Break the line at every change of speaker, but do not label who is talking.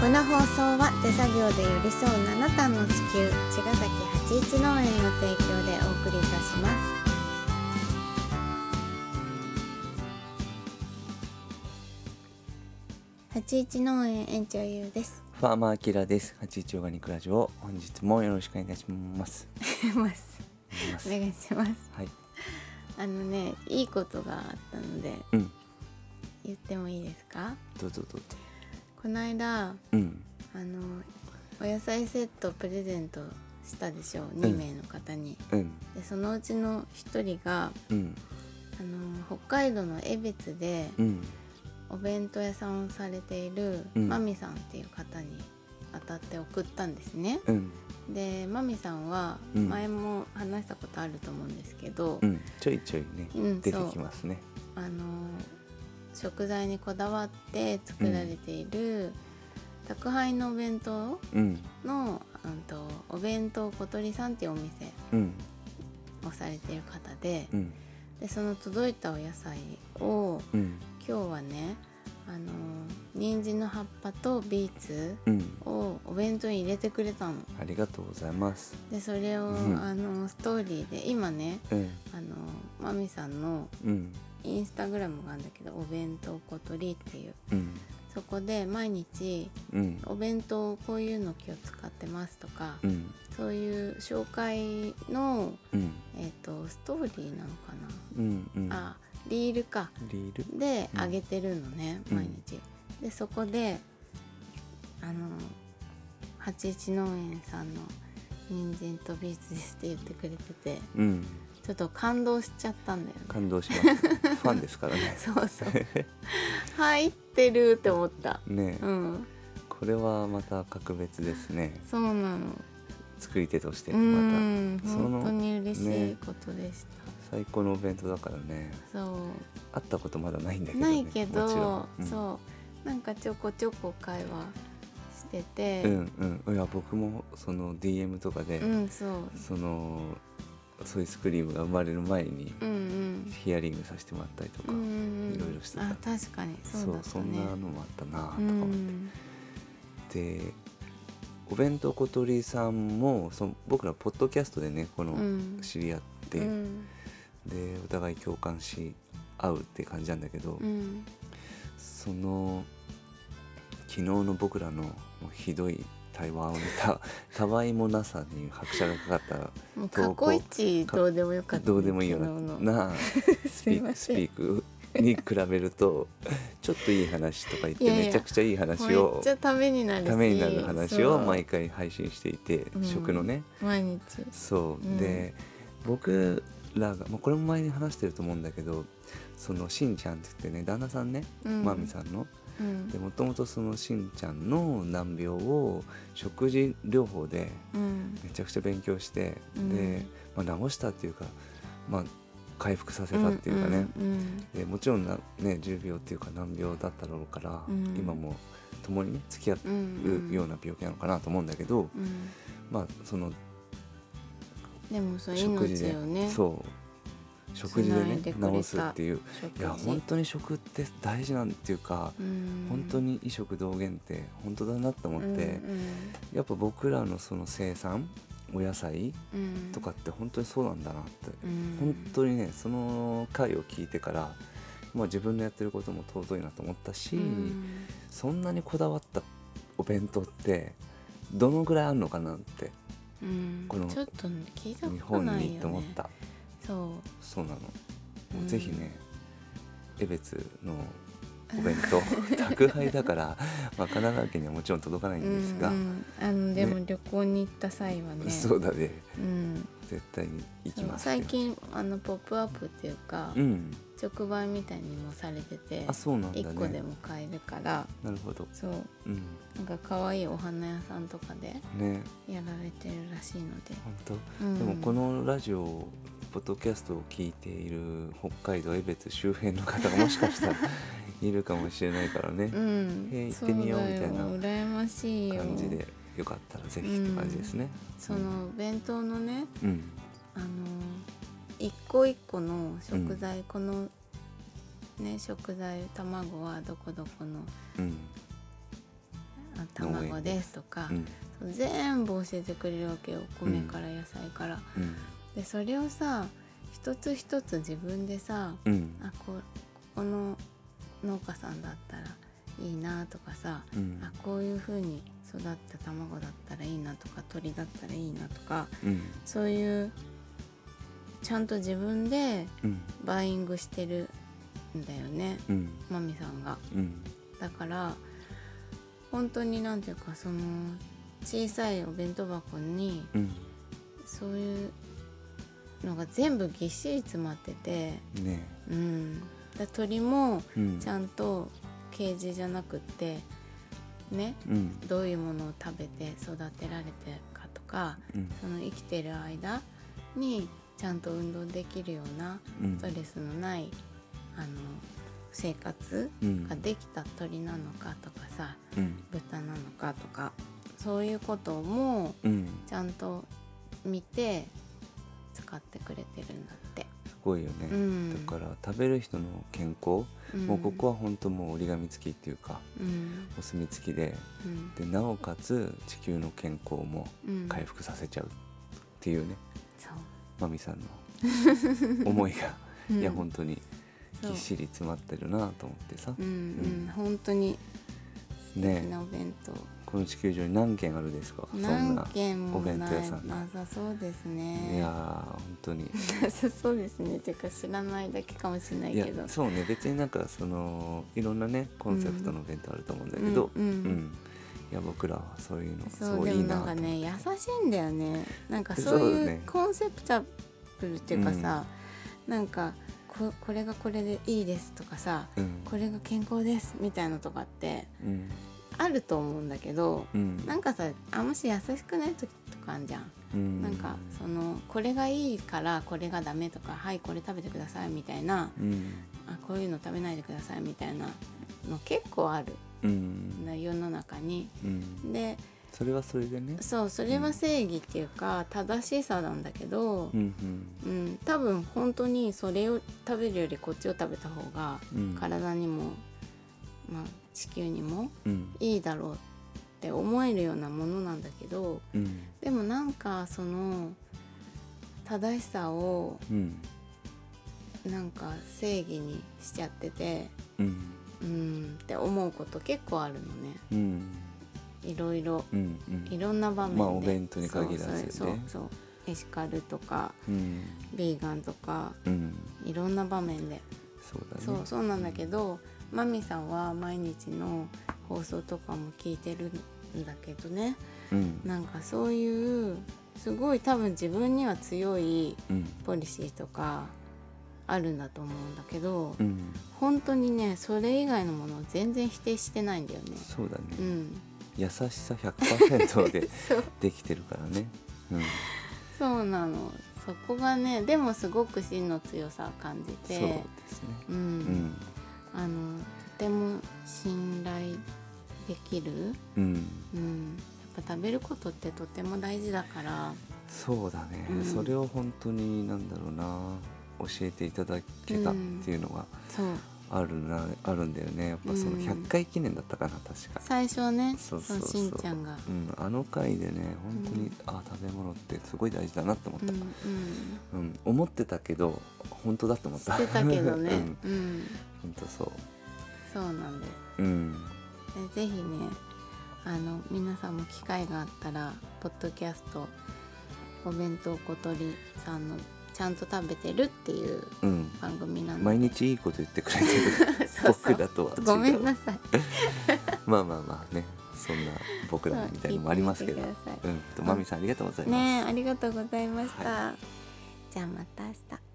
この放送は手作業で寄り添う七段の地球茅ヶ崎八一農園の提供でお送りいたします八一農園園長ゆうです
ファーマーキラです。八一オーガニックラジオ、本日もよろしくお願いいたします。
ます
います
お願いします
はい。
あのねいいことがあったので
うん。
言ってもいいですか
どうぞどうぞ。
この間
うん。
あのお野菜セットプレゼントしたでしょ2名の方に、
うん。
でそのうちの1人が
うん。
あの北海道の江別で
うん。
お弁当屋さんをされている
うん
マミさんっていう方に当たって送ったんですね。
うん。
でマミさんは
うん
前も話したことあると思うんですけど、
うん。ちょいちょいね、
うん
出てきますね。
あの食材にこだわって作られている、宅配のお弁当
うん。
の、うん、とお弁当小鳥さんっていうお店
うん。
をされている方で,、
うん。
でその届いたお野菜を
うん。
今日はねあの人参の葉っぱとビーツ
うん。
をお弁当に入れてくれたの。
ありがとうございます。
でそれを、
うん
あのストーリーで今ね
うん。
あのマミさんの
うん。
インスタグラムがあるんだけど「お弁当小鳥」っていう
うん。
そこで毎日
うん。
お弁当こういうの今日使ってますとか、
うん。
そういう紹介の
うん。
えっとストーリーなのか
うん。うん。
な、あリールか
リール。
で
うん
上げてるのね、
うん
毎日でそこであの八一農園さんの人参とビーツですって言ってくれてて
うん。
ちょっと感動しちゃったんだよね
感動します。ファンですからね。
そう そう入ってるって思った
ねえ、
うん
これはまた格別ですね。
そうなの
作り手として、
う
また
ん
その
本当に嬉しい
ね
ことでした、
最高のお弁当だからね。
そう
会ったことまだないんだけど、ね、
ないけど
もちろん、うん、
そうなんかちょこちょこ会話してて、
うんうんいや僕もその DM とかで、
うんそう
そのソイスクリームが生まれる前に
うんうん
ヒアリングさせてもらったりと
う
か、
んうん
いろいろして
あ
た
確かにそうだったね
そんなのもあったなとか
う
思っ
ん
て、お弁当小鳥さんもその僕らポッドキャストでねこ
う
の
ん
知り合って、
うん
でお互い共感し合うって感じなんだけど、
うん
その昨日の僕らのもうひどい対話を見 たたわいもなさに拍車がかかっ
もう過
投稿
去一どうでもよか
た
ったね
どうでもいいよう
昨日の
なな ス
すい
ピ
ま
ス
せ
ピ
ん
ークに比べるとちょっといい話とか言って
いやいや
めちゃくちゃいい
もう
話
め
を
っちゃためになるした
めになる話を毎
毎
回配信していて、
うん
食のね
毎日
そう、
うん
で僕らが、まあ、これも前に話してると思うんだけどそのしんちゃんって言ってね旦那さんね、
うん
まみさんの
うん
でもともとそのしんちゃんの難病を食事療法で
うん
めちゃくちゃ勉強して、
うん
で、まあ、治したっていうか、まあ、回復させたっていうかね、
うん
でもちろんな、ね、重病っていうか難病だったろうから、
うん
今も共にね付き合
うんうん
うような病気なのかなと思うんだけど、
うん
まあその
でもそう
食事
命
で、
をね
そう食事で
繋
ね
いでくれた
治すっていう
食事
いや本当に食って大事なんていうか、
うん
本当に衣食同源って本当だなと思って、
うん
やっぱ僕らのその生産お野菜
うんうん
とかって本当にそうなんだなって、
うん
本当にねその回を聞いてから、まあ、自分のやってることも尊いなと思ったし、
うん
そんなにこだわったお弁当ってどのぐらいあるのかなって
うん
この
ちょっと聞いたこ
日
と
本
ないよ
に
ね
と思った、
そ
そうなの、
うん
ぜひね江別のお弁 当宅配だから、まあ、神奈川県にはもちろん届かな
う
いんですが、
うんうんあのでも旅行に行った際はね
そうだね
うん
絶対に行きますよ
最近あのポップアップっていうか、
うん
直売みたいにもされてて
あそうなんだね
1個でも買えるから
なるほど
そう
うん
なんか可愛いお花屋さんとかで
ね
やられてるらしいので、
本当、
うん
でもこのラジオポッドキャストを聞いている北海道江別周辺の方がもしかしたらいるかもしれないからね
う、ん
へえ行ってみようみたいな
そうだよ羨ましいよ
感じでよかったらぜひって感じですね、
その弁当のね
うん
あの一個一個の食材、このね食材卵はどこどこの
うん
ああ卵ですとか
う、ん
そう全部教えてくれるわけよお米から野菜から。
うん
でそれをさ一つ一つ自分でさ
うん
あこここの農家さんだったらいいなとかさ
うん
あこういう風に育った卵だったらいいなとか鳥だったらいいなとか
うん
そういうちゃんと自分で
うん
バイングしてるんだよね
うん
マミさんが。
うん
だから本当になんていうかその小さいお弁当箱に
うん
そういうのが全部ぎっしり詰まってて、
ね
うん、だ鳥も
えうん
ちゃんとケージじゃなくってね
うん
どういうものを食べて育てられてるかとか
うん
その生きてる間にちゃんと運動できるような
うん
ストレスのないあの生活
うん
ができた鳥なのかとかさ
うん
豚なのかとかそういうことも
うん
ちゃんと見て使ってくれてるんだって。
すごいよね、
うん
だから食べる人の健康、
うん
もうここは本当もう折り紙付きっていうか
うん
お墨付きで
うん
でなおかつ地球の健康も
うん
回復させちゃうっていうね、
そう
マミさんの思い が、
うん
いや本当に
そ
ぎ
う
っしり詰まってるなと思ってさ、
うん
うん
うん本当に素
ねえ
敵なお弁当、
この地球上に何軒あるですかそん
何
な
軒も
お弁
な
当屋
い
さんが
なさそうです
いや
ね
ー本当に
なさ そうですねっていうか知らないだけかもしれない
いや
けど
そうね別になんかそのいろんなねコンセプトのお弁当あると思うんだけど、
うんうん
いや僕らはそういうのす
そう
ご
で
いいい
も
な
な
と
んか
思って
ね優しいんだよねなんか
そう
そうい
ね
うコンセプタブルっていうかさ、なんかここれがこれでいいですとかさ
うん
これが健康ですみたいなのとかって
うん
あると思うんだけど
うん
なんかさあんまし優しくない時とかあんじゃん、
うん
なんかそのこれがいいからこれがダメとかはいこれ食べてくださいみたいな
うん
あこういうの食べないでくださいみたいなの結構ある
うん
な世の中に。
うん
で
それはそれでね
そうそれは正義っていうか正しさなんだけど、
う
うん
ん
多分本当にそれを食べるよりこっちを食べた方が
うんうん
体にも、まあ、地球にも
うん
いいだろうって思えるようなものなんだけど
うん
でもなんかその正しさを
うん
なんか正義にしちゃってて
うん
うんって思うこと結構あるのね
うん
いろいろ
うん
いろんな場面で、
まあお弁当に限らずね
そうそうそうエシカルとか
うん
ビーガンとか
うん
いろんな場面で、
そうだね
そうそうなんだけどマミさんは毎日の放送とかも聞いてるんだけどね
うん
なんかそういうすごい多分自分には強い
うん
ポリシーとかあるんだと思うんだけど、
うん
本当にねそれ以外のものを全然否定してないんだよね。
そうだね、
うん、
優しさ100%で
そう
できてるからねうん
そうなのそこがねでもすごく芯の強さを感じ
そう
て
ですね
う、
うんん
あのとても信頼できる、
うん
うん、やっぱ食べることってとても大事だから
そうだね、
うん
それを本当になんだろうな教えていただけたっていうのが
そう
あるな、あるんだよねやっぱその
うん
100回記念だったかな確か
最初はね
そ
そうう
そうそう
しんちゃんが、
うん、あの回でね本当に、
うん
あ食べ物ってすごい大事だなって思っ
うん
た、
う
うん
ん、
思ってたけど本当だと思った
してたけどね、 う
う
んん、
本当そ
そうなんです
ううん
でぜひねあの皆さんも機会があったらポッドキャストお弁当小鳥さんのちゃんと食べてるっていう
うん
番組なので
毎日いいこと言ってくれて る
そうそう
僕らとは違う
ごめんなさい
まあまあまあねそんな僕らみたいのもありますけど
そう聞いてみてくだ
うんとまみさんありがとうございます、
ねえありがとうございました、
は
じゃあまた明日